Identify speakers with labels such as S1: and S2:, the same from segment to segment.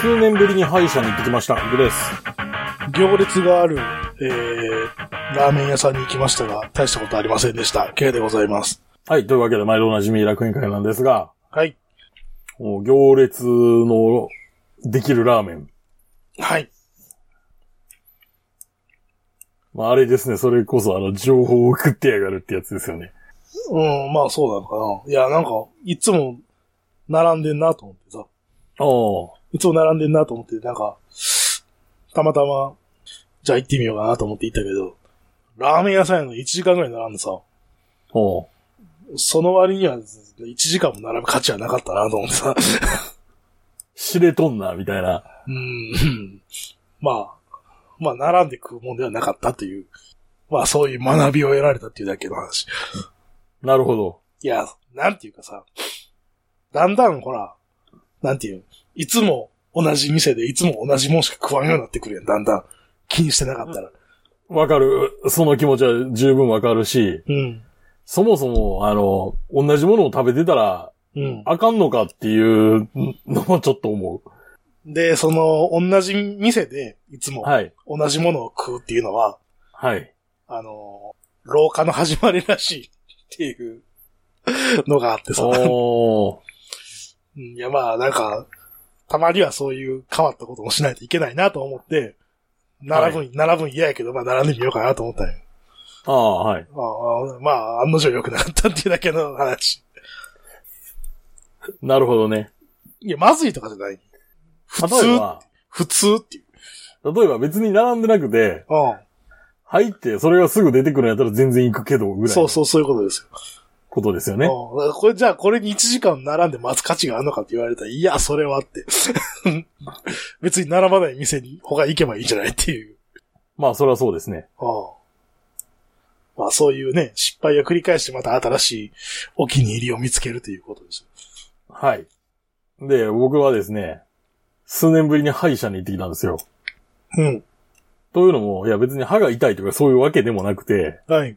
S1: 数年ぶりに歯医者に行ってきました。グレース。
S2: 行列がある、えー、ラーメン屋さんに行きましたが、大したことありませんでした。K でございます。
S1: はい。というわけで、毎度おなじみ楽園会なんですが、
S2: はい。
S1: もう行列のできるラーメン。
S2: はい。
S1: まあ、あれですね。それこそ、あの、情報を送ってやがるってやつですよね。
S2: うん、まあそうなのかな。いや、なんか、いつも、並んでんなと思ってさ。
S1: ああ。
S2: いつも並んでんなと思って、なんか、たまたま、じゃあ行ってみようかなと思って行ったけど、ラーメン屋さんやの1時間ぐらい並んでさ、
S1: おう
S2: その割には1時間も並ぶ価値はなかったなと思ってさ。
S1: 知れとんな、みたいな。
S2: うん。 まあ、まあ、並んで食うもんではなかったという、まあ、そういう学びを得られたっていうだけの話。
S1: なるほど。
S2: いや、なんていうかさ、だんだんほら、なんていう、いつも同じ店でいつも同じもんしか食わんようになってくるやん、だんだん。気にしてなかったら。
S1: わかる。その気持ちは十分わかるし、
S2: うん。
S1: そもそも、あの、同じものを食べてたら、
S2: うん。
S1: あかんのかっていうのもちょっと思う。
S2: で、その、同じ店でいつも
S1: はい。
S2: 同じものを食うっていうのは、
S1: はい。
S2: あの、老化の始まりらしいっていうのがあってさ。
S1: おー。
S2: うんいや、まあ、なんか、たまにはそういう変わったこともしないといけないなと思って、並ぶん、並ぶん嫌やけど、まあ、並んでみようかなと思ったんよ。
S1: ああ、はい。
S2: ああまあ、案の定良くなかったっていうだけの話。
S1: なるほどね。
S2: いや、まずいとかじゃない。普
S1: 例え
S2: 通、
S1: ば、
S2: 普通っていう。
S1: 例えば別に並んでなくて、
S2: う
S1: 入ってそれがすぐ出てくるんやったら全然行くけど、ぐ
S2: ん。
S1: らい
S2: そう
S1: の
S2: そう、そういうことですよ。
S1: ことですよ
S2: ね、
S1: ね。
S2: うん。これ、じゃあ、これに1時間並んで待つ価値があるのかって言われたら、いや、それはって。 別に並ばない店に他行けばいいんじゃないっていう。
S1: まあ、それはそうですね。
S2: うん。まあ、そういうね、失敗を繰り返してまた新しいお気に入りを見つけるということですよ。
S1: はい。で、僕はですね、数年ぶりに歯医者に行ってきたんですよ。
S2: うん。
S1: というのも、いや別に歯が痛いとかそういうわけでもなくて、
S2: はい。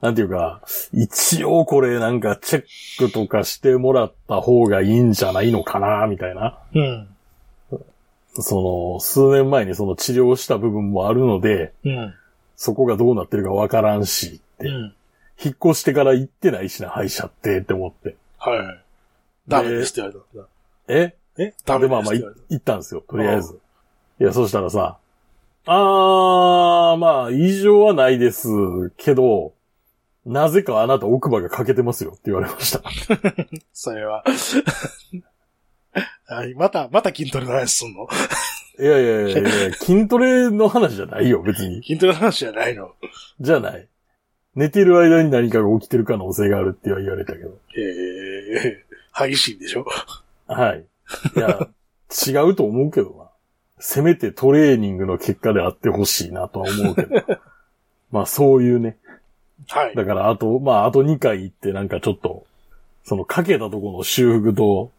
S1: なんていうか、一応これなんかチェックとかしてもらった方がいいんじゃないのかな、みたいな。
S2: うん。
S1: その、数年前にその治療した部分もあるので、
S2: うん。
S1: そこがどうなってるかわからんし、って
S2: うん。
S1: 引っ越してから行ってないしな、歯医者って、って思って。
S2: はいはい。ダメですって言われた。
S1: え
S2: えダメ
S1: で、まあ
S2: で
S1: ますあ、
S2: って
S1: い
S2: 言われた。
S1: 行ったんですよ、とりあえず。いや、そしたらさ、あー、まあ、異常はないですけど、なぜかあなた奥歯が欠けてますよって言われま した。
S2: それは。はい、 また、また筋トレの話すんの
S1: いやいやいやいや、筋トレの話じゃないよ、別に。
S2: 筋トレの話じゃないの。
S1: じゃない。寝てる間に何かが起きてる可能性があるっては言われたけど。
S2: えー、激しいんでしょ
S1: はい。いや、違うと思うけどな。せめてトレーニングの結果であってほしいなとは思うけど。まあそういうね。
S2: はい。
S1: だからあと、まああと2回行ってなんかちょっと、そのかけたところの修復と、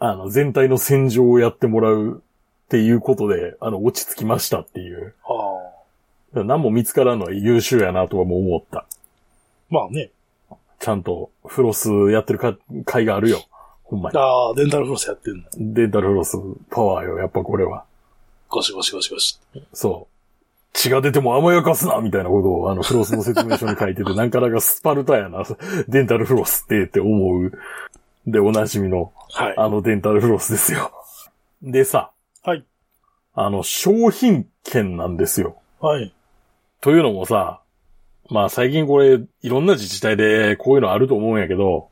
S1: あの全体の洗浄をやってもらうっていうことで、あの落ち着きましたっていう。
S2: あー
S1: だから何も見つからんのは優秀やなとはもう思った。
S2: まあね。
S1: ちゃんとフロスやってるか、会があるよ。ほんまに。
S2: ああ、デンタルフロスやってんの。
S1: デンタルフロスパワーよ、やっぱこれは。
S2: ゴシゴシゴシゴシ。
S1: そう。血が出ても甘やかすなみたいなことを、あの、フロスの説明書に書い てて、なんかなんかスパルタやな、デンタルフロスって、って思う。で、おなじみの、
S2: はい。
S1: あのデンタルフロスですよ。でさ、
S2: はい。
S1: あの、商品券なんですよ。
S2: はい。
S1: というのもさ、まあ最近これ、いろんな自治体でこういうのあると思うんやけど、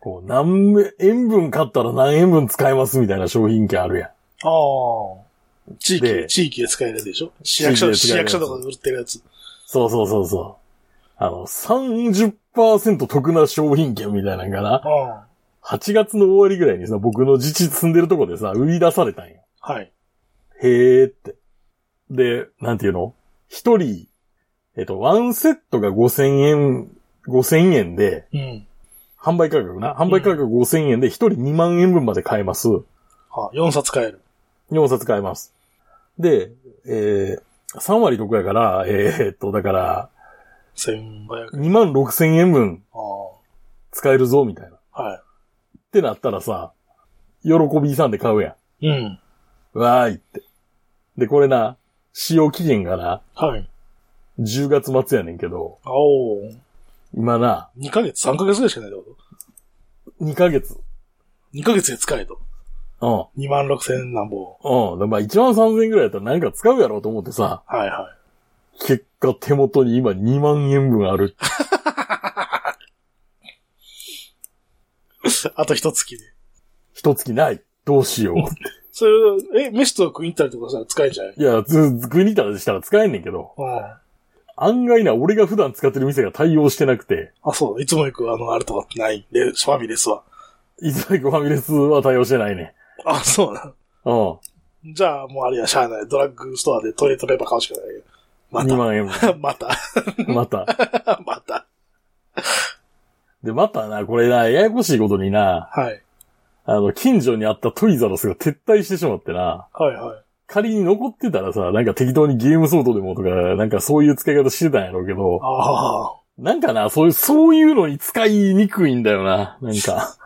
S1: こう何円分買ったら何円分使えますみたいな商品券あるやん。
S2: ああ。地域、
S1: で
S2: 地域で使えるやつでしょ市役所、
S1: 地域
S2: 市
S1: で
S2: 役
S1: 使えるや
S2: 所
S1: つ
S2: とかで売ってるやつ。
S1: そうそうそうそう。あの、30%得な商品券みたいなのかな。
S2: ああ。
S1: 8月の終わりぐらいにさ、僕の自治住んでるとこでさ、売り出されたんよ。
S2: はい。
S1: へーって。で、なんていうの一人、えっと、ワンセットが5000円、5000円で、
S2: うん。
S1: 販売価格な。販売価格5000円で一人2万円分まで買えます。
S2: はあ、4冊買える。
S1: 4冊買えます。で、えー、3割得やから、えーっと、だから、
S2: 1500。
S1: 2万6000円分
S2: ああ。
S1: 使えるぞ、みたいな。っ
S2: は
S1: てなったらさ、喜びさんで買うやん。
S2: い。うん。
S1: わーいって。で、これな、使用期限がな、
S2: はい。
S1: 10月末やねんけど、
S2: あおー。
S1: 今な、
S2: 2ヶ月、3ヶ月ぐらいしかないってこと
S1: 2ヶ月。
S2: ?2 ヶ月で使えと。
S1: うん。
S2: 2万6千なんぼ。
S1: うん。でまあ、1万3000円ぐらいやったら何か使うやろうと思ってさ、
S2: はいは
S1: 結果手元に今2万円分ある。
S2: い。あと一月で。
S1: 一月ない。どうしよ う。
S2: それ、え、飯と食いに行ったりとかしたら使えんじゃない
S1: いや、ず、ずくにたらしたら使えんねんけど、
S2: うん。
S1: 案外な、俺が普段使ってる店が対応してなくて、
S2: あ、そう。いつも行く、あの、あれとかってない。で、ファミレスは。
S1: いつだけファミレスは対応してないね。
S2: あ、そうな。
S1: うん。
S2: じゃあ、もうあれや、しゃあない。ドラッグストアでトイレットペーパー買うしかないよ。ま
S1: 2万円分。
S2: た。 また。
S1: また。
S2: また。
S1: で、またな、これな、ややこしいことにな、
S2: はい。
S1: あの、近所にあったトイザラスが撤退してしまってな、
S2: はいはい。
S1: 仮に残ってたらさ、なんか適当にゲームソードでもとか、なんかそういう使い方してたんやろうけど、
S2: ああ。
S1: なんかな、そういう、そういうのに使いにくいんだよな、なんか。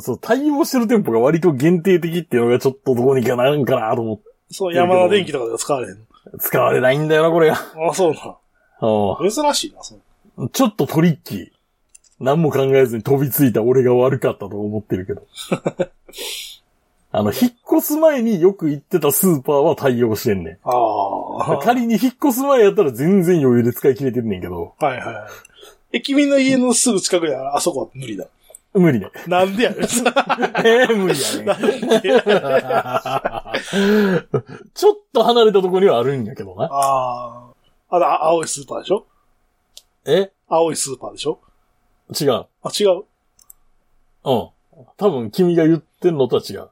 S1: そう、対応してる店舗が割と限定的っていうのがちょっとどうにかなるんかなと思って、
S2: そう、山田電機とかでは使われへんの。
S1: 使われないんだよな、これが。
S2: あ、そうな。
S1: う
S2: 珍しいな、そう。
S1: んちょっとトリッキー。何も考えずに飛びついた俺が悪かったと思ってるけ ど。あの、引っ越す前によく行ってたスーパーは対応してんね
S2: ああ。
S1: ん。仮に引っ越す前やったら全然余裕で使い切れてんねんけど、
S2: はいはい。え、君の家のすぐ近くで、あそこは無理だ。
S1: 無理ね。
S2: なんでやねん。
S1: えー無理やね。 ちょっと離れたとこにはあるんやけどな。
S2: ああ。あの、あ青いスーパーでしょ
S1: え
S2: 青いスーパーでしょ
S1: 違う。
S2: あ、違う。
S1: うん。多分君が言ってんのとは 違う。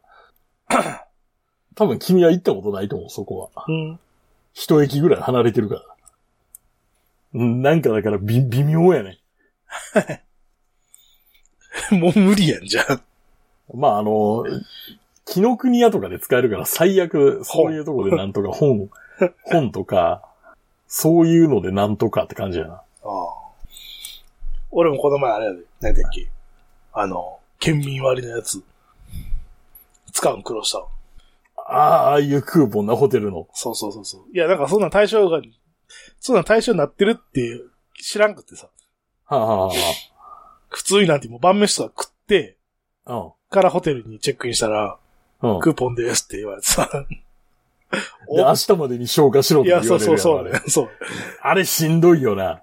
S1: 多分君は行ったことないと思う、そこは。
S2: うん。
S1: 一駅ぐらい離れてるから。うんなんかだからび微妙やね。
S2: もう無理やんじゃん。
S1: まああの、木の国屋とかで使えるから最悪、そういうとこでなんとか本、本とか、そういうのでなんとかって感じやな。
S2: ああ。俺もこの前あれやで、何だっけ。あの、県民割のやつ。使うん苦労したわ
S1: ああ、ああいうクーポンなホテルの。
S2: そうそうそうそう。いや、なんかそんなん対象が、そんなん対象になってるって知らんくってさ。
S1: はあ、はあは
S2: 普通になんてもう晩飯とか食って、
S1: あ、うん。
S2: からホテルにチェックインしたら、
S1: うん。
S2: クーポンですって言われてさ。お
S1: で、明日までに消化しろっ
S2: い
S1: て言
S2: や、
S1: われる
S2: そ
S1: や
S2: うんそうそう、
S1: あ
S2: ね
S1: れ。
S2: そう。
S1: あれしんどいよな。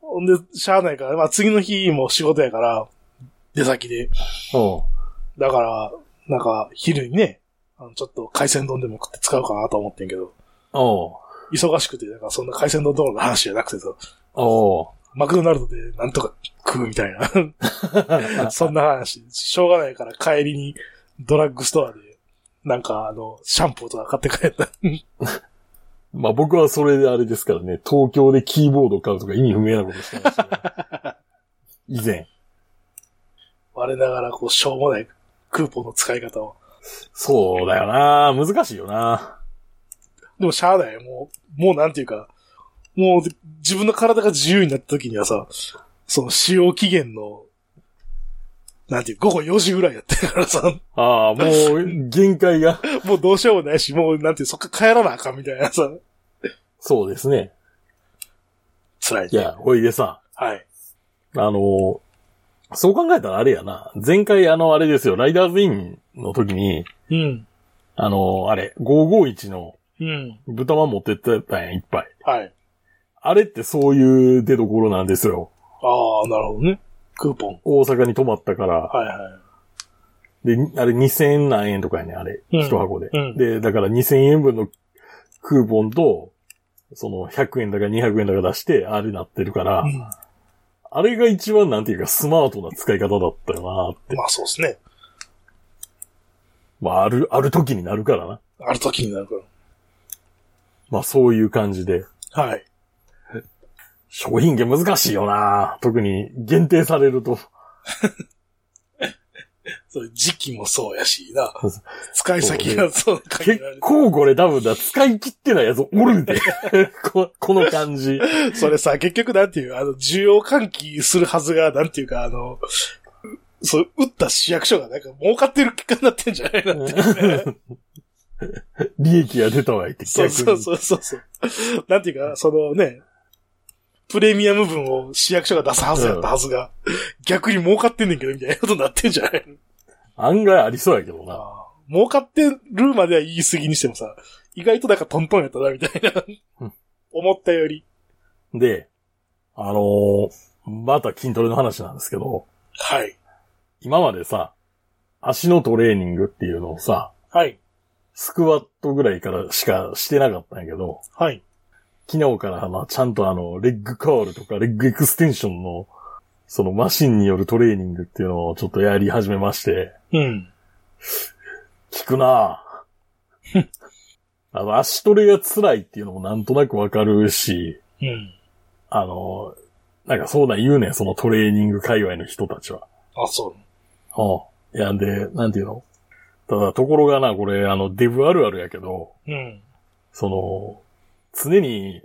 S2: ほんで、しゃあないから、まあ次の日も仕事やから、出先で。
S1: うん。
S2: だから、なんか、昼にね、あのちょっと海鮮丼でも食って使うかなと思ってんけど、
S1: おう
S2: 忙しくて、なんかそんな海鮮丼どうの話じゃなくてさ、
S1: おう
S2: マクドナルドでなんとか食うみたいな。そんな話。しょうがないから帰りにドラッグストアで、なんかあの、シャンプーとか買って帰った。
S1: まあ僕はそれであれですからね、東京でキーボードを買うとか意味不明なことしてました、ね。 以前。
S2: 我ながらこう、しょうもないクーポンの使い方を。
S1: そうだよな難しいよな
S2: でもしゃあない。もう、もうなんていうか、もう自分の体が自由になった時にはさ、その使用期限の、なんていう、午後4時ぐらいやってるからさ、
S1: ああ、もう、限界が。
S2: もうどうしようもないし、もうなんていう、そっから帰らなあかんみたいなさ、
S1: そうですね。
S2: 辛い
S1: い
S2: ね。
S1: や、ほいでさ、
S2: はい。
S1: あのーそう考えたらあれやな。前回あの、あれですよ、ライダーズインの時に、
S2: うん。
S1: あのーあれ、551の
S2: うん。
S1: 豚まん持ってってたんや、いっぱい。
S2: はい。
S1: あれってそういう出所なんですよ。
S2: ああ、なるほどね。クーポン。
S1: 大阪に泊まったから。
S2: はいは
S1: で、あれ2000何円とかやね、あれ。
S2: うん
S1: 一箱で、
S2: うん
S1: で、だから2000円分のクーポンと、その100円だか200円だか出して、あれなってるから、
S2: い。うん。
S1: あれが一番なんていうかスマートな使い方だったよなって。
S2: まあそうですね。
S1: まあ、ある、ある時になるからな。
S2: ある時になるか
S1: まあ、そういう感じで。
S2: ら。はい。
S1: 商品券難しいよな特に限定されると。
S2: それ時期もそうやしな
S1: そうそ。
S2: 使い先がそう限
S1: 結
S2: られて
S1: 構これ多分だ、使い切ってないやつおる で。ここの感じ。
S2: それさ、結局なんていう、あの、需要喚起するはずが、なんていうか、あの、そう、打った市役所がなんか儲かってる結果になってんじゃないなって。
S1: 利益が出たわいって逆
S2: そう
S1: に。
S2: そうそうそうそう。なんていうか、そのね、プレミアム分を市役所が出すはずやったはずが、逆に儲かってんねんけど、みたいなことになってんじゃないの
S1: 案外ありそうやけどな。
S2: あー儲かってるまでは言い過ぎにしてもさ、意外となんかトントンやったな、みたいな
S1: うん。
S2: 思ったより。
S1: で、あのーまた筋トレの話なんですけど、
S2: はい。
S1: 今までさ、足のトレーニングっていうのをさ、
S2: はい。
S1: スクワットぐらいからしかしてなかったんやけど、
S2: はい。
S1: 昨日からまあちゃんとあの、レッグカールとかレッグエクステンションの、そのマシンによるトレーニングっていうのをちょっとやり始めまして、
S2: うん。
S1: 効くなぁ。 あの、足トレが辛いっていうのもなんとなくわかるし、
S2: うん。
S1: あの、なんかそうなん言うねん、そのトレーニング界隈の人たちは。
S2: あ、そう。
S1: うん。いや、んで、なんていうのただ、ところがな、これ、あの、デブあるあるやけど、
S2: うん。
S1: その、常に、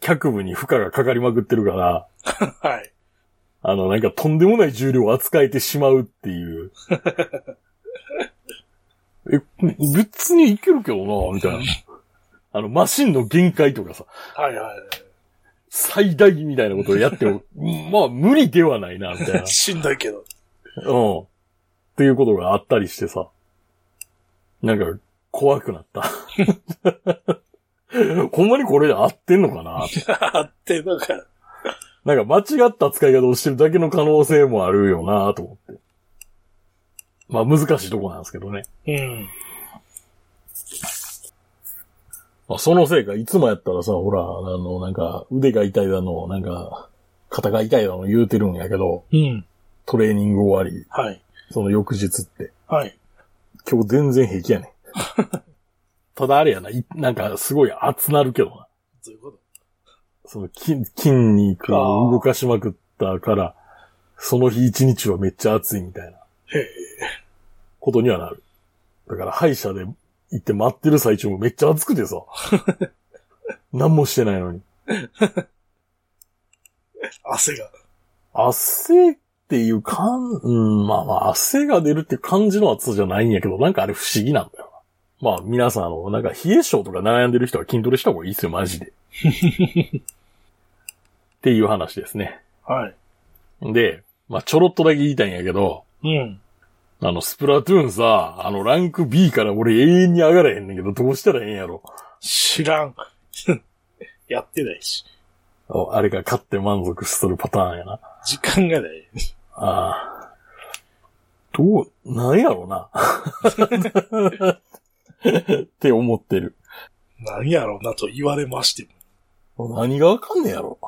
S1: 脚部に負荷がかかりまくってるから、
S2: はい。
S1: あの、なんかとんでもない重量を扱えてしまうっていう。 え、別にいけるけどな、みたいな。あの、マシンの限界とかさ、
S2: はいはいは
S1: 最大みたいなことをやっても、まあ、無理ではないな、みたいな。
S2: い。しんどいけど。
S1: うん。っていうことがあったりしてさ。なんか、怖くなった。 ほんまにこれで合ってんのかな
S2: あって、なんか、
S1: なんか間違った使い方をしてるだけの可能性もあるよなと思って。まあ難しいとこなんですけどね。
S2: うん。
S1: まあそのせいか、いつもやったらさ、ほら、あの、なんか腕が痛いだの、なんか、肩が痛いだの言うてるんやけど、
S2: うん。
S1: トレーニング終わり、
S2: はい。
S1: その翌日って。
S2: はい。
S1: 今日全然平気やねん。 ただあれやな、いなんかすごい熱なるけどな。
S2: どういうこと
S1: その筋筋肉を動かしまくったから、その日一日はめっちゃ熱いみたいな
S2: へえ。
S1: ことにはなる。だから歯医者で行って待ってる最中もめっちゃ熱くて さ。何もしてないのに。
S2: 汗が。
S1: 汗っていう感、うん、まあまあ汗が出るっていう感じの熱さじゃないんやけど、なんかあれ不思議なんだよな。まあ皆さん、あの、なんか冷え性とか悩んでる人は筋トレした方がいいですよ、マジで。っていう話ですね。
S2: はい。
S1: で、まあちょろっとだけ言いたいんやけど、
S2: うん。
S1: あの、スプラトゥーンさ、あの、ランク B から俺永遠に上がらへんねんけど、どうしたらええんやろ。
S2: 知らん。 やってないし。
S1: おあれが勝って満足しとるパターンやな。
S2: 時間がない。
S1: ああ。どう、なんやろな。って思ってる。
S2: なんやろうなと言われましても。
S1: 何がわかんねやろ。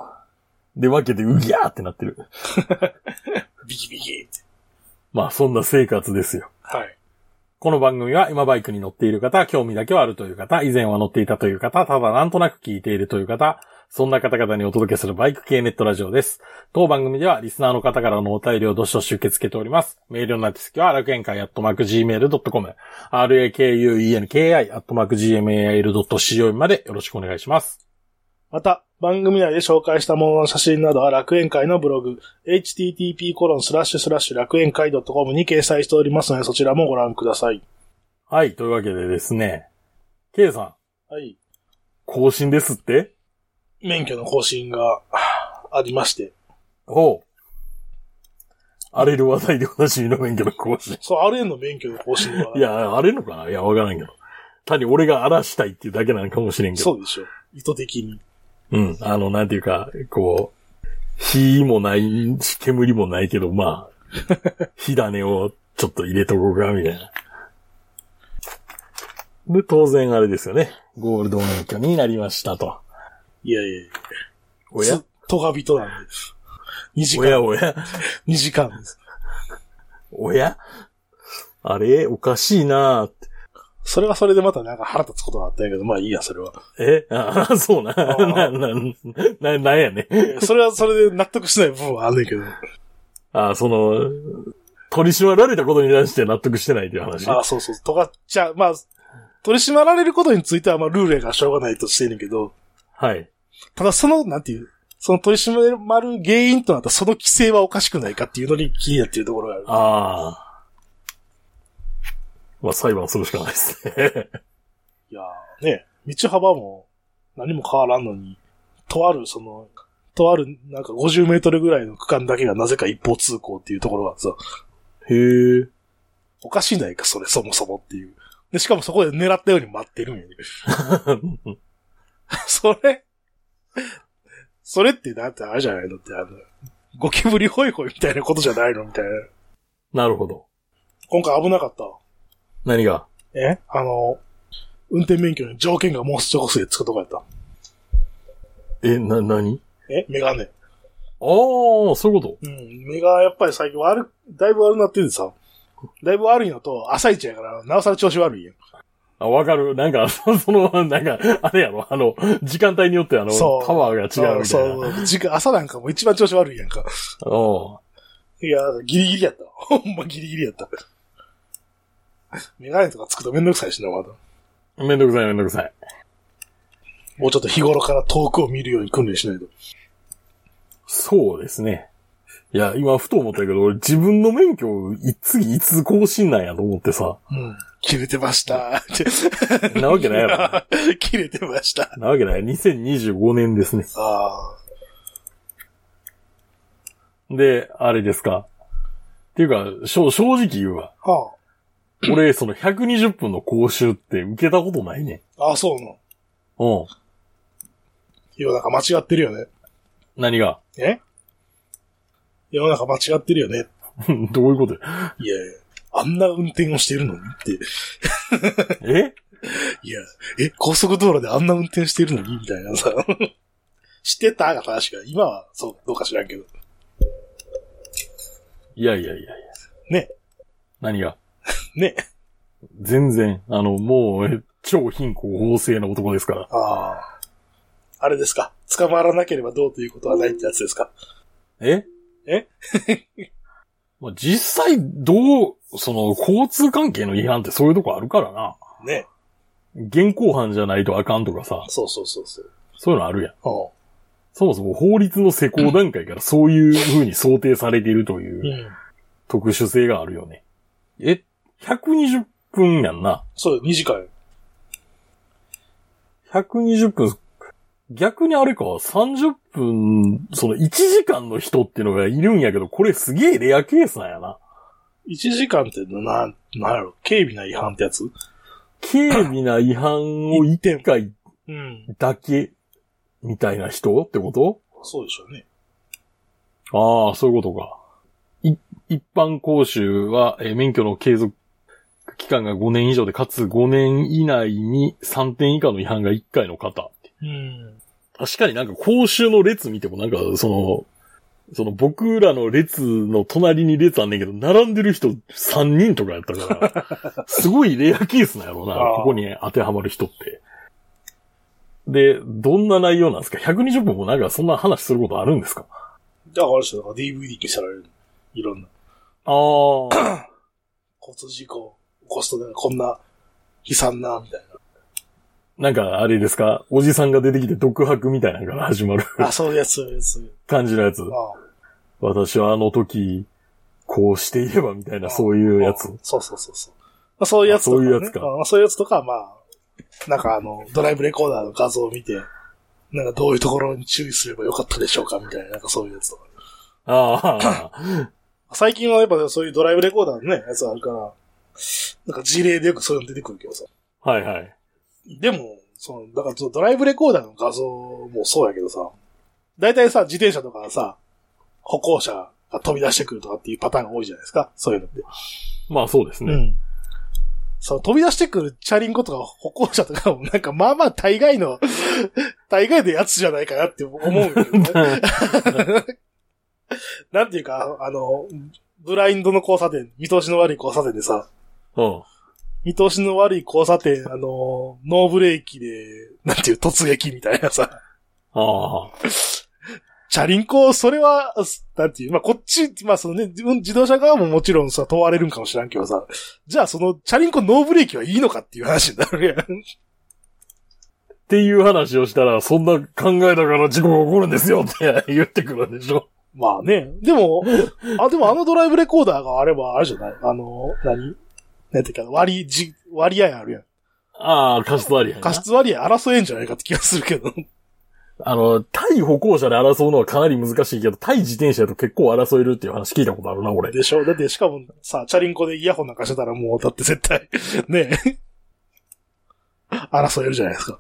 S1: で、わけでうぎゃーってなってる。
S2: ビキビキって。
S1: まあ、そんな生活ですよ。
S2: はい。
S1: この番組は今バイクに乗っている方、興味だけはあるという方、以前は乗っていたという方、ただなんとなく聞いているという方、そんな方々にお届けするバイク系ネットラジオです。当番組ではリスナーの方からのお便りをどしどし受け付けております。メールの宛先は楽園会アットマーク gmail.com、rakuenki アットマーク gmail.co までよろしくお願いします。
S2: また、番組内で紹介したものの写真などは楽園会のブログ、http コロンスラッシュスラッシュ楽園会 .com に掲載しておりますので、そちらもご覧ください。
S1: はい、というわけでですね、K さん、
S2: はい。
S1: 更新ですって
S2: 免許の更新がはあありまして。
S1: おう。荒れる話題でおなじみの免許の更新。
S2: そう、RN の免許の更新は。
S1: い、や、荒れんのかないや、わからんけど。単に俺が荒らしたいっていうだけなのかもしれんけど。
S2: そうでしょ。意図的に。
S1: うん。あの、なんていうか、こう、火もないし、煙もないけど、ま あ、火種をちょっと入れとこうか、みたいな。で、当然あれですよね。ゴールド免許になりましたと。
S2: いやいやいや。
S1: おや
S2: ずとが人なんで。2時
S1: お
S2: 間、
S1: やおや
S2: 2時間です。
S1: おやあれおかしいなぁって。
S2: それはそれでまたなんか腹立つことがあったんやけど、まあいいや、それは。
S1: えああ、そうな。
S2: あ
S1: な、な、な、なんやね。
S2: それはそれで納得しない部分はあんねんけど。
S1: あ、その、取り締まられたことに対して納得してないという話。
S2: ああ、そうそう、とがっちゃう。まあ、取り締まられることについては、まあ、ルールがしょうがないとしてんねんけど、
S1: はい。
S2: ただその、なんていう、その取り締まる原因となったその規制はおかしくないかっていうのに気になっているところがある。
S1: ああ。まあ、裁判するしかないですね。
S2: いやーね、道幅も何も変わらんのに、とあるその、とあるなんか50メートルぐらいの区間だけがなぜか一方通行っていうところがさ、
S1: へえ。
S2: おかしいないか、それ、そもそもっていう。で、しかもそこで狙ったように待ってるんやね。 それ、それってだってあれじゃないのって、あの、ゴキブリホイホイみたいなことじゃないのみたいな。
S1: なるほど。
S2: 今回危なかったわ。
S1: 何が
S2: えあの、運転免許の条件がもうちょこすでつくとこやった。
S1: え、な、何
S2: えメガネ。
S1: ああ、そういうこ
S2: うん、目がやっぱり最近悪く、だいぶ悪くなっててさ、だいぶ悪いのと、朝一やから、なおさら調子悪いやん。
S1: とあ、わかる。なんか、 そその、なんか、あれやろ、あの、時間帯によってあの、
S2: そう
S1: パワーが違うみたいな。
S2: そうそう、時間、朝なんかも一番調子悪いやんか。
S1: お
S2: いや、ギリギリやった。 ほんまギリギリやった。メガネとかつくとめんどくさいしな、まだ。
S1: うめんどくさいめんどくさい。
S2: もうちょっと日頃から遠くを見るように訓練しないと。
S1: そうですね。いや、今、ふと思ったけど、俺自分の免許、い次いつ更新なんやと思ってさ。
S2: うん。切れてました。って。
S1: なわけないや ろ。
S2: 切れてました。
S1: なわけない。2025年ですね。
S2: あ
S1: で、あれですか。っていうか、しょ正直言うわ。
S2: あ。は
S1: 俺、その120分の講習って受けたことないね。
S2: あ。ああ、そうなの。
S1: うん。
S2: 世の中間違ってるよね。
S1: 何が
S2: え世の中間違ってるよね。
S1: どういうことや
S2: いやいや、あんな運転をしてるのにって。
S1: え
S2: いや、え、高速道路であんな運転してるのにみたいなさ。 してたが確か。今は、そう、どうか知らんけど。
S1: いやいやいやいや。
S2: ね。
S1: 何が
S2: ね。
S1: 全然、あの、もう、え超貧困法制な男ですから。
S2: ああ。あれですか。捕まらなければどうということはないってやつですか。
S1: え
S2: え
S1: まあ実際、どう、その、交通関係の違反ってそういうとこあるからな。
S2: ね。
S1: 現行犯じゃないとあかんとかさ、
S2: そうそうそうそう。
S1: そういうのあるやん。
S2: ああ。
S1: そもそも法律の施行段階からそういう風に想定されているといううん特殊性があるよね。え、120分やんな。
S2: そうよ、2時間。
S1: 120分。逆にあれか、30分、その1時間の人っていうのがいるんやけど、これすげえレアケースなんや な。
S2: 1時間ってな、なんやろ、軽微な違反ってやつ
S1: 軽微な違反を1回
S2: うん。
S1: だけ、みたいな人ってこと
S2: そうでしょうね。
S1: ああ、そういうことか。い、一般講習は、えー免許の継続期間が5年以上で、かつ5年以内に3点以下の違反が1回の方。
S2: うん。
S1: 確かになんか講習の列見てもなんか、その、その僕らの列の隣に列あんねんけど、並んでる人3人とかやったから、 すごいレアケースなんやろうな、
S2: あー
S1: ここに当てはまる人って。で、どんな内容なんですか ?120 分もなんかそんな話することあるんですか
S2: だからあれでしょ、だから DVD 消される。いろんな。
S1: ああ。
S2: 交通事故起こすとなんかこんな悲惨な、みたい
S1: なんか、あれですかおじさんが出てきて独白みたいなのから始まる
S2: な。あ、そういうやつ、そういうやつ。
S1: 感じのやつ。
S2: あ
S1: 私はあの時、こうしていればみたいな、
S2: あ
S1: そういうやつ。
S2: そうそうそうそう。まあ、そういうやつとか、
S1: あそう
S2: ね。
S1: いうやつか
S2: んそういうやつとか、まあ、なんかあの、ドライブレコーダーの画像を見て、なんかどういうところに注意すればよかったでしょうか、みたいな、なんかそういうやつとか。
S1: ああ、
S2: 最近はやっぱそういうドライブレコーダーのね、やつあるから、なんか事例でよくそういうの出てくるけどさ。
S1: はいはい。
S2: でも、その、だからそのドライブレコーダーの画像もそうやけどさ、大体さ、自転車とかさ、歩行者が飛び出してくるとかっていうパターンが多いじゃないですか、そういうのって。
S1: まあそうですね。
S2: ん。そう、飛び出してくるチャリンコとか歩行者とかもなんかまあまあ大概の、 大概のやつじゃないかなって思うけどね なんていうか、あの、ブラインドの交差点、見通しの悪い交差点でさ、
S1: うん。
S2: 見通しの悪い交差点、あの、ノーブレーキで、なんていう、突撃みたいなさ、
S1: ああ。
S2: チャリンコ、それは、すなんていう、まあ、こっち、まあ、そのね、自分自動車側ももちろんさ、問われるんかもしらんけどさ、じゃあその、チャリンコノーブレーキはいいのかっていう話になるやん。
S1: っていう話をしたら、そんな考えだから事故が起こるんですよって 言ってくるんでしょ。
S2: まあね。でも、あ、でもあのドライブレコーダーがあれば、あれじゃないあの、何なんていうか、割り、じ、割合あるやん。
S1: ああ、過失ありやな
S2: 過失割合争えんじゃないかって気がするけど。
S1: あの、対歩行者で争うのはかなり難しいけど、対自転車だと結構争えるっていう話聞いたことあるな、俺。
S2: でしょだってしかもさ、チャリンコでイヤホンなんかしてたらもう、だって絶対、ね え。争えるじゃないですか。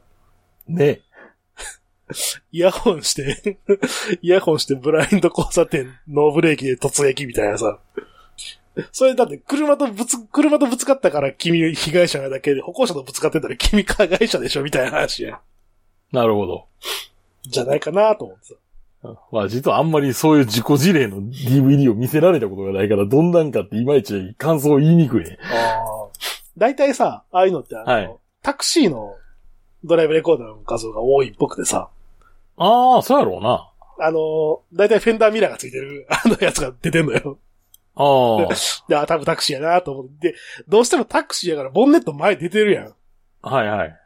S1: ね。
S2: イヤホンして、 イヤホンしてブラインド交差点、ノーブレーキで突撃みたいなさ。それだって車とぶつ、車とぶつかったから君被害者なだけで、歩行者とぶつかってたら君加害者でしょみたいな話や。
S1: なるほど。
S2: じゃないかなと思ってさ。
S1: まあ実はあんまりそういう自己事例の DVD を見せられたことがないから、どんなんかっていまいち感想言いにくいね。
S2: 大体さ、ああいうのってあの、
S1: はい
S2: タクシーのドライブレコーダーの画像が多いっぽくてさ、
S1: ああ、そうやろうな。
S2: あの、大体フェンダーミラーがついてる、あのやつが出てんのよ。
S1: あ
S2: で、あ、多分タクシーやなと思って。で、どうしてもタクシーやからボンネット前出てるやん。
S1: あ、 はいはい。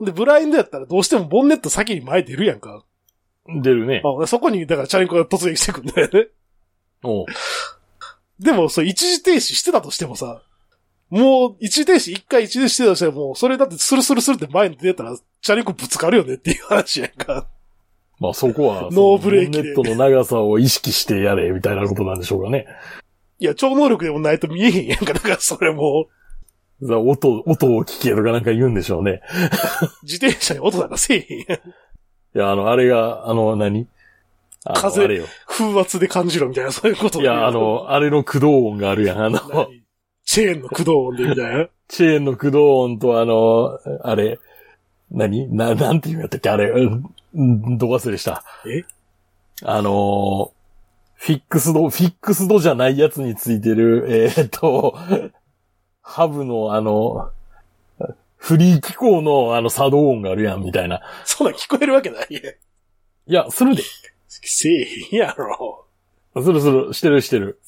S2: で、ブラインドやったらどうしてもボンネット先に前出るやんか。
S1: 出るね。
S2: あそこに、だからチャリンコが突撃してくんだよね。
S1: おう
S2: でも、そう、一時停止してたとしてもさ、もう、一時停止、一回一時停止してたとしても、もうそれだってスルスルスルって前に出たら、チャリンコぶつかるよねっていう話やんか。
S1: まあそこ は、
S2: ノーブレーキ
S1: その
S2: で
S1: ネットの長さを意識してやれ、みたいなことなんでしょうかね。
S2: いや、超能力でもないと見えへんやんか。だから、それも
S1: だから音、音を聞けとかなんか言うんでしょうね。
S2: う、自転車に音なんかせえへんやん。
S1: いや、あの、あれが、あの、何あの
S2: 風
S1: あれよ。
S2: 風圧で感じろみたいな、そういうこと
S1: いや、あ、の、あれの駆動音があるやん。あの、
S2: 何 チェーンの駆動音でみたい な。
S1: チェーンの駆動音とあの、あれ、何な、なんていうんやったっけあれ、うん、ど忘れした。
S2: え
S1: あの、フィックスド、フィックスドじゃないやつについてる、えーっと、ハブのあの、フリー機構のあの作動音があるやん、みたいな。
S2: そんなん聞こえるわけないやん。
S1: いや、するで。
S2: せえへんやろ。
S1: するする、してるしてる。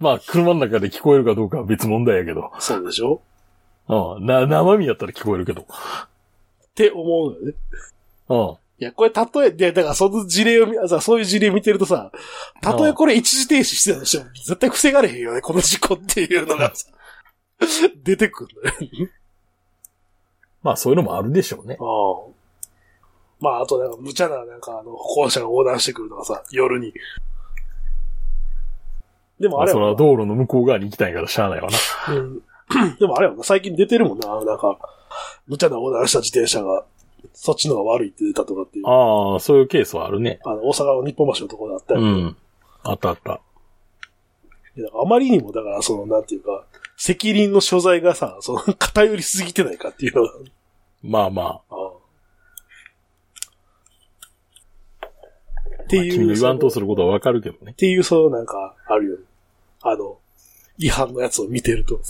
S1: まあ、車の中で聞こえるかどうかは別問題やけど。
S2: そうでしょ
S1: うん。な、生身やったら聞こえるけど。
S2: って思うのよね。
S1: うん。
S2: いや、これ、例え、で、だから、その事例を見、さ、そういう事例見てるとさ、たとえこれ一時停止してたとしても、絶対防がれへんよね、この事故っていうのが さ、出てくるのよ。
S1: まあそういうのもあるでしょうね。
S2: ああまあ、あと、なんか、無茶な、なんか、あの、歩行者が横断してくるとかさ、夜に。でも、
S1: ま
S2: あ
S1: あ
S2: れ
S1: それ
S2: は
S1: は、道路の向こう側に行きたいからしゃあないわな。
S2: うん、でもあれは最近出てるもんな、なんか、無茶な横断した自転車が、そっちの方が悪いって出たとかっていう。
S1: ああ、そういうケースはあるね。
S2: あの、大阪の日本橋のところだった
S1: う
S2: よ。
S1: ん。あったあった。
S2: でだからあまりにも、だから、その、なんていうか、責任の所在がさ、その、 偏りすぎてないかっていうのが、
S1: まあま
S2: ああって
S1: あ、
S2: いう、
S1: 君の言わんと
S2: その
S1: することはわかるけどね
S2: っ。ていう、その、なんか、あるよね。あの、違反のやつを見てると、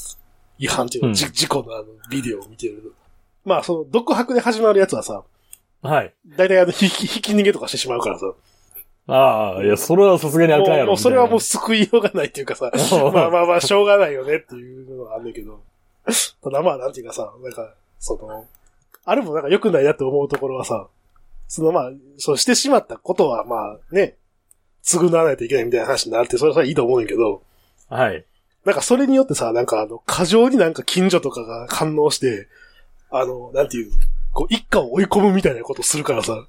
S2: 違反っていうの、
S1: うん
S2: じ事故のあの、ビデオを見てると。まあ、その、独白で始まるやつはさ、
S1: はい。
S2: 大体あの、ひき、ひき逃げとかしてしまうからさ。も
S1: ああ、いや、それはさすがにあかんや
S2: う、
S1: ろ。
S2: もうそれはもう
S1: み
S2: 救いようがないっていう かさ、
S1: たいな
S2: まあまあまあ、しょうがないよねっていうのはあんだけど。ただまあ、なんていうかさ、なんか、その、あれもなんか良くないなって思うところはさ、そのまあ、そうしてしまったことはまあね、償わないといけないみたいな話になって、それはさ、いいと思うんやけど、
S1: はい。
S2: なんかそれによってさ、なんかあの、過剰になんか近所とかが反応して、あの、なんていう、こう、一家を追い込むみたいなことするからさ、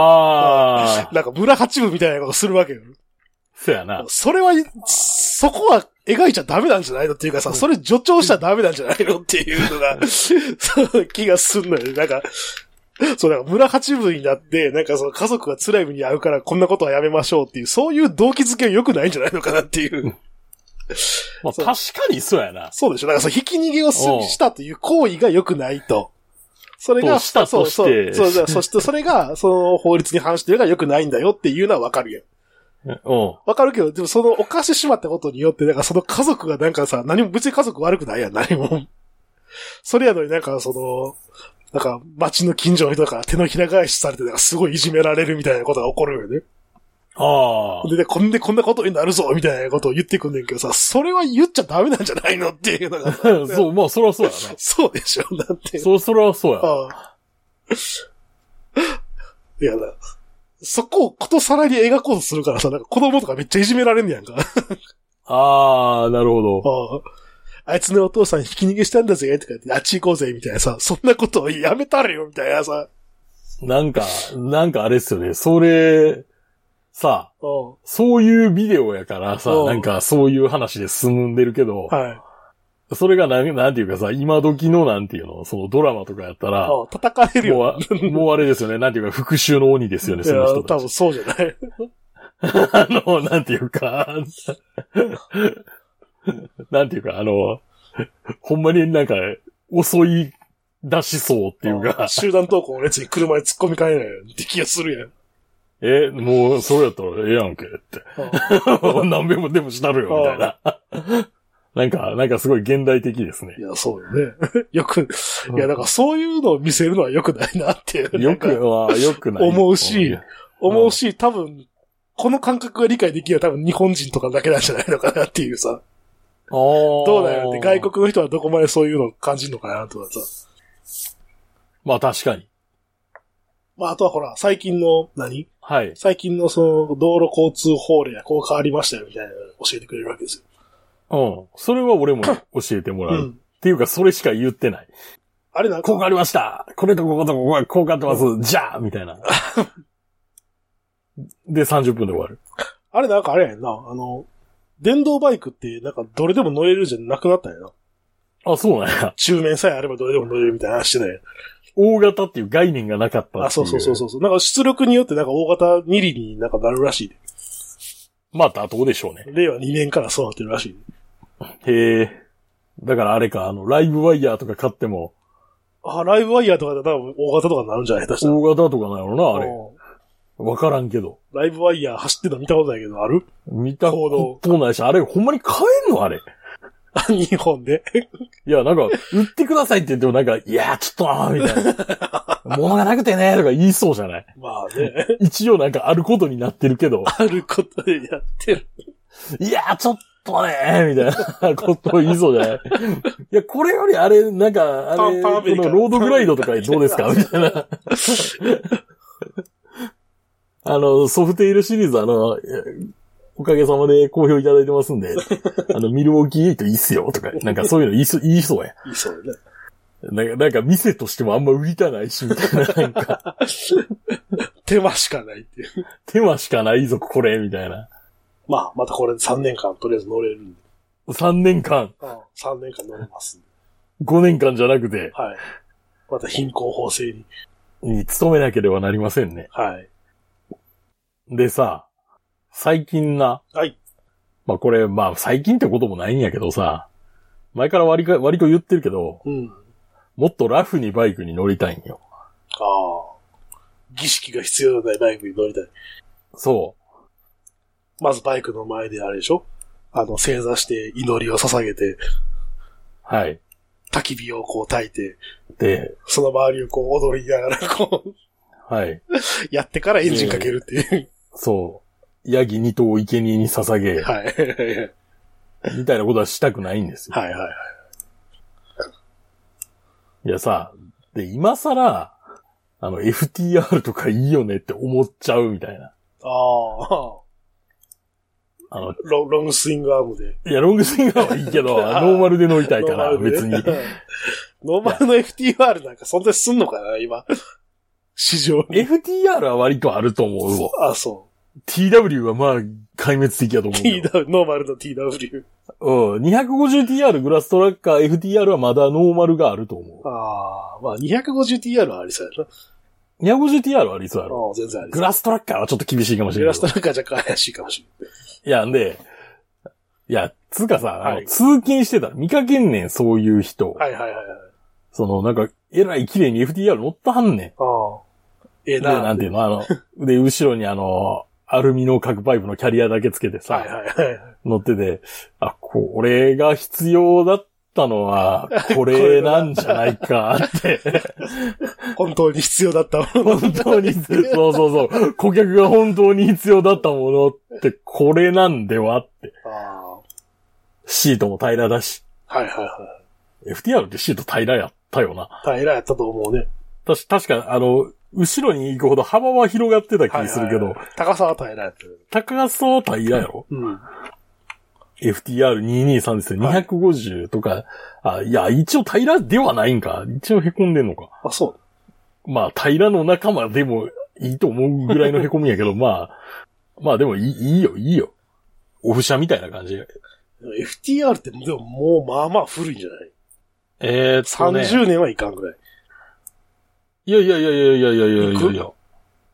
S1: ああ、
S2: なんか村八分みたいなことするわけよ。
S1: そうやな。
S2: それは、そこは描いちゃダメなんじゃないのっていうかさ、それ助長しちゃダメなんじゃないのっていうのが、 そう気がすんのよね。なんか、そう、なんか村八分になって、なんかその家族が辛い目に遭うからこんなことはやめましょうっていう、そういう動機づけは良くないんじゃないのかなっていう。
S1: まあ
S2: そ
S1: 確
S2: う
S1: かにそうやな。
S2: そうでしょだからその引き逃げをす
S1: おう
S2: したという行為が良くないと。それが、
S1: としたとして
S2: そう、そう、そう、そしてそれが、その法律に反してるが良くないんだよっていうのはわかるよ。
S1: うん。
S2: わかるけど、でもその犯してしまったことによって、なんかその家族がなんかさ、何も、別に家族悪くないやん、何も。それやのになんかその、なんか街の近所の人から手のひら返しされて、なんかすごいいじめられるみたいなことが起こるよね。
S1: ああ。
S2: で、で、こんでこんなことになるぞみたいなことを言ってくんねんけどさ、それは言っちゃダメなんじゃないのっていうの が。
S1: そう、まあそれはそうやな。
S2: そうでしょだって。
S1: そう、それはそうや。
S2: ああいやだ。そこをことさらに描こうとするからさ、なんか子供とかめっちゃいじめられんねやんか。
S1: あー、なるほど。
S2: あああいつのお父さんひき逃げしたんだぜ、とか言って、あっち行こうぜ、みたいなさ、そんなことをやめたれよ、みたいなさ。
S1: なんか、なんかあれっすよね。それ、さ、
S2: うん
S1: そういうビデオやからさ、
S2: うん
S1: なんかそういう話で進んでるけど、
S2: はい。
S1: それがなん、なんていうかさ、今時のなんていうの、そのドラマとかやったら、
S2: ああ叩かれるよ。
S1: もうあ、もうあれですよね。なんていうか、復讐の鬼ですよね、
S2: い
S1: そ
S2: や
S1: の人、
S2: 多
S1: たち。
S2: 分そうじゃない。
S1: あの、なんていうか、 なんていうか、あの、ほんまになんか、襲い出しそうっていう
S2: あ
S1: か
S2: あ、集団投稿のやつに車で突っ込みかえないよって気がするやん。
S1: え、もう、そうやったらええやんけって。
S2: ああ
S1: 何べんもでもしたるよ、みたいな。 なんか、なんかすごい現代的ですね
S2: い。や、そうよね。 よく、いや、なんかそういうのを見せるのは良くないなっていう。
S1: よく
S2: なんか
S1: は、よくない。
S2: 思うし思うし、多分、この感覚が理解できるのは多分日本人とかだけなんじゃないのかなっていうさ。
S1: ど
S2: どうだよって、外国の人はどこまでそういうのを感じるのかなとかさ。
S1: まあ確かに。
S2: まあ、あとはほら、最近の何、
S1: はい。
S2: 最近のその、道路交通法令がこう変わりましたよ、みたいなのを教えてくれるわけですよ。
S1: うん。それは俺も教えてもらう。
S2: う
S1: っ
S2: ん。
S1: ていうか、それしか言ってない。
S2: あれなん
S1: こう
S2: か、
S1: 変わりましたこれとこことここがこう変わってます、じゃあみたいな。 で、30分で終わる。
S2: あれなんかあれやんな、あの、電動バイクって、なんかどれでも乗れるじゃなくなったんやな。
S1: あ、そうなんや。
S2: 中面さえあればどれでも乗れるみたいな話してたやん
S1: 大型っていう概念がなかったっていう
S2: あ、そうそうそうそうそう。なんか出力によってなんか大型二輪になんかなるらしいで。
S1: まあ、妥当でしょうね。
S2: 令和2年からそうなってるらしいで。
S1: へえ。だからあれか、あの、ライブワイヤーとか買っても、
S2: あ、ライブワイヤーとかで多分大型とかになるんじゃない下手したら。
S1: 大型とかなんやろな、あれ。
S2: うん
S1: わからんけど。
S2: ライブワイヤー走ってるの見たことないけど、ある
S1: 見たことないし、あれ、ほんまに買えんのあれ。
S2: 日本で。
S1: いや、なんか、売ってくださいって言ってもなんか、いや、ちょっと、あーみたいな。物がなくてね、とか言いそうじゃない
S2: まあ ね、
S1: 一応なんかあることになってるけど。
S2: あることでやってる。
S1: いや、ちょっとね、みたいなことを言いそうじゃないいや、これよりあれ、なんか、あれ、
S2: パンパンア
S1: こ
S2: メリカ
S1: のロードグライドとかどうですかみたいな。あの、ソフテイルシリーズ、あの、えおかげさまで好評いただいてますんで、あの、ミルウォーキーエイトいいっすよ、とか、なんかそういうの言いそう、言いそうや。
S2: いいそうね。
S1: なんか、なんか店としてもあんま売りたないし、みたいな、なんか、
S2: 手間しかないっていう。
S1: 手間しかないぞ、これ、みたいな。
S2: まあ、またこれ3年間とりあえず乗れるんで。
S1: 3年間、
S2: 3年間乗れますんで。
S1: 5年間じゃなくて、
S2: はい。また貧困法制に。
S1: に勤めなければなりませんね。
S2: はい。
S1: でさ、最近な、
S2: はい。
S1: まあこれ、まあ最近ってこともないんやけどさ、前から割か割と言ってるけど、
S2: うん。
S1: もっとラフにバイクに乗りたいんよ。
S2: ああ。儀式が必要のないバイクに乗りたい。
S1: そ
S2: まずバイクの前であれでしょあの、正座して祈りを捧げて、
S1: う。はい。
S2: 焚き火をこう焚いて、
S1: で、
S2: その周りをこう踊りながら、こう、
S1: はい。
S2: やってからエンジンかけるっていう。
S1: そう。ヤギ2頭を生贄に捧げ、
S2: はい。はい
S1: みたいなことはしたくないんですよ。
S2: はいはい。
S1: いやさ、で、今更、あの、FTR とかいいよねって思っちゃうみたいな。
S2: ああ。
S1: あの、
S2: ロロングスイングアームで。
S1: いや、ロングスインガーはいいけ ど、ノーマルで乗りたいから、
S2: ノーマル
S1: 別
S2: で
S1: に。。
S2: ノーマルの FTR なんか存在すんのかな、今。市場に。
S1: FTR は割とあると思うわ。
S2: あ、そ
S1: TW はまあ、壊滅的やと思
S2: う。
S1: うけど。
S2: TW、ノーマルの TW。
S1: うん。250TR グラストラッカー FTR はまだノーマルがあると思
S2: ああ、まあ 250TR はありそうやな。
S1: う。250TR はありそうやろ。
S2: ああ、全然ありそ
S1: グ
S2: う。
S1: ラストラッカーはちょっと厳しいかもし
S2: グ
S1: れな
S2: ラ
S1: い
S2: ス。トなんか若干怪しいかもしれない。
S1: いや、んで、いや、つうかさ、あの
S2: はい
S1: 通勤してたら見かけんねん、そういう人。
S2: はいはいはいはい。
S1: その、なんか、えらい綺麗に FTR 乗ったはんねん。
S2: ああ。え
S1: で、
S2: えなあ。
S1: なんていうの、あの、で、後ろにあの、アルミの角パイプのキャリアだけつけてさ、
S2: はいはいはい。
S1: 乗ってて、あ、これが必要だったの は、こ
S2: こ
S1: れ
S2: れ
S1: なんじゃないかって、
S2: 本当に必要だったも の。
S1: 本当に、そうそうそう、顧客が本当に必要だったものって、これなんではって、
S2: あ
S1: シートも平らだし、
S2: あ。はいはいは
S1: FTR ってシート平らやったよな。
S2: い。平らやったと思うね。
S1: たし、確か、あの、後ろに行くほど幅は広がってた気
S2: はいはい
S1: するけど、
S2: 高さは平らやったけど。
S1: 高さは平らやろ
S2: うん。
S1: ?FTR223 ですよ。
S2: はい
S1: 250とか、あ、いや、一応平らではないんか。一応凹んでんのか。
S2: あ、そう。
S1: まあ、平らの仲間でもいいと思うぐらいの凹みやけど、まあ、まあでもいい、いいよ、いいよ。オフ車みたいな感じ。
S2: FTR って、でももうまあまあ古いんじゃない
S1: えー、っとね。
S2: ?30 年はいかんぐらい。
S1: いやいやいやいやいやいやいやいやいや。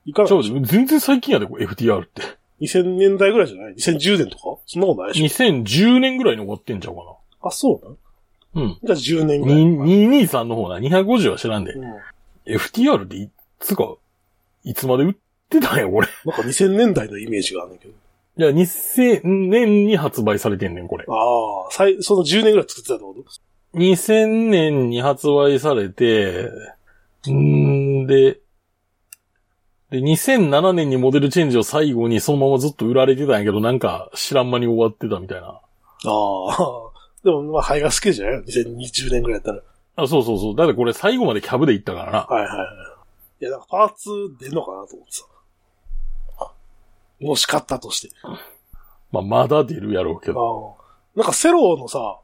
S2: いかん
S1: ちょ、全然最近やで、これ FTR って。
S2: 2000年代ぐらいじゃない ?2010 年とかそんなことないでしょ
S1: 2010年ぐらいに終わってんちゃうか
S2: あ、そうなん
S1: な。うん。
S2: じゃあ10年ぐらい。
S1: に223の方な、250は知らんで。
S2: うん
S1: FTR っていつか、いつまで売ってたんや、これ。
S2: なんか2000年代のイメージがあるんだけど。
S1: いや、2000年に発売されてんねん、これ。
S2: ああ、最、その10年ぐらい作ってたってこと
S1: 2000年に発売されて、んーで、で、2007年にモデルチェンジを最後にそのままずっと売られてたんやけど、なんか知らん間に終わってたみたいな。
S2: ああ。 でも、まあ、肺が好きじゃないよ ?2020 年ぐらいやったら。
S1: あ、そうそうそう。だってこれ最後までキャブで行ったからな。
S2: はいはいはい。いや、なんかパーツ出んのかなと思ってさ。もし買ったとして。あ
S1: まあ、まだ出るやろうけ
S2: あ
S1: ど。。
S2: なんかセローのさ、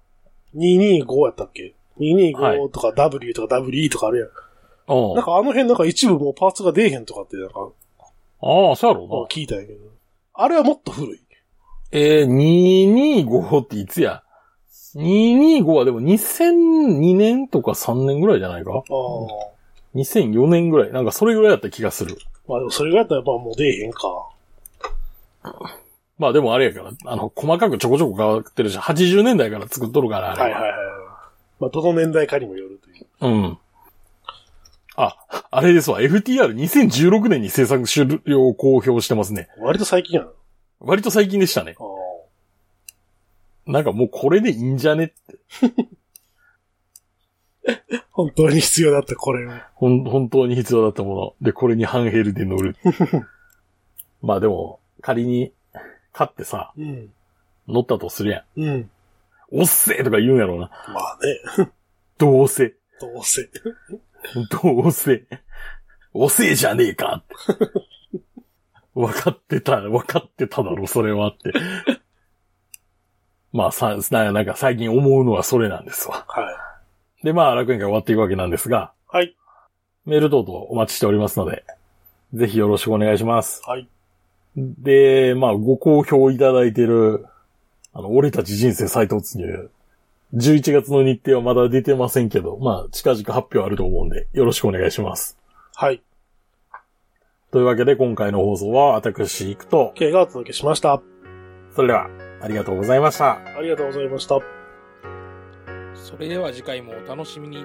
S2: 225やったっ
S1: は
S2: け ?225
S1: い
S2: とか W とか WE とかあるやん。
S1: うん。
S2: な
S1: あ
S2: んかあの辺なんか一部もうパーツが出えへんとかってなんか
S1: あ、そうやろうな。
S2: 聞いたんやけど。あれはもっと古い。
S1: えー、225っていつや ?225 はでも2002年とか3年ぐらいじゃないか
S2: ああ。
S1: ?2004 年ぐらい。なんかそれぐらいだった気がする。
S2: まあでもそれぐらいだったらやっぱもう出えへんか。
S1: まあでもあれやから、あの、細かくちょこちょこ変わってるし、80年代から作っとるから、あれ
S2: はいはいはい。まあどの年代かにもよるという。
S1: うん。あ、あれですわ。FTR2016 年に制作終了を公表してますね。
S2: 割と最近やな。あ
S1: 割と最近でしたね。
S2: あ。
S1: なんかもうこれでいいんじゃね
S2: 本当に必要だったこれを。
S1: ほん、本当に必要だったもの。で、これにハンヘルで乗る。 まあでも、仮に、買ってさ、
S2: うん。
S1: 乗ったとするやん。
S2: うん。
S1: おっせーとか言うんやろうな。
S2: まあね。
S1: どうせ。
S2: どうせ。
S1: どうせ。おせえじゃねえかって。分かってた、分かってただろ、それはって。まあさ、ななんか最近思うのはそれなんですわ。
S2: はい。
S1: で、まあ楽園会終わっていくわけなんですが、
S2: はい。
S1: メール等々お待ちしておりますので、ぜひよろしくお願いします。
S2: はい。
S1: で、まあ、ご好評いただいてる、あの、俺たち人生再突入。11月の日程はまだ出てませんけど、まあ、近々発表あると思うんで、よろしくお願いします。
S2: はい。
S1: というわけで、今回の放送は私、行くと、
S2: OK がお届けしました。
S1: それでは、ありがとうございました。
S2: ありがとうございました。
S3: それでは次回もお楽しみに。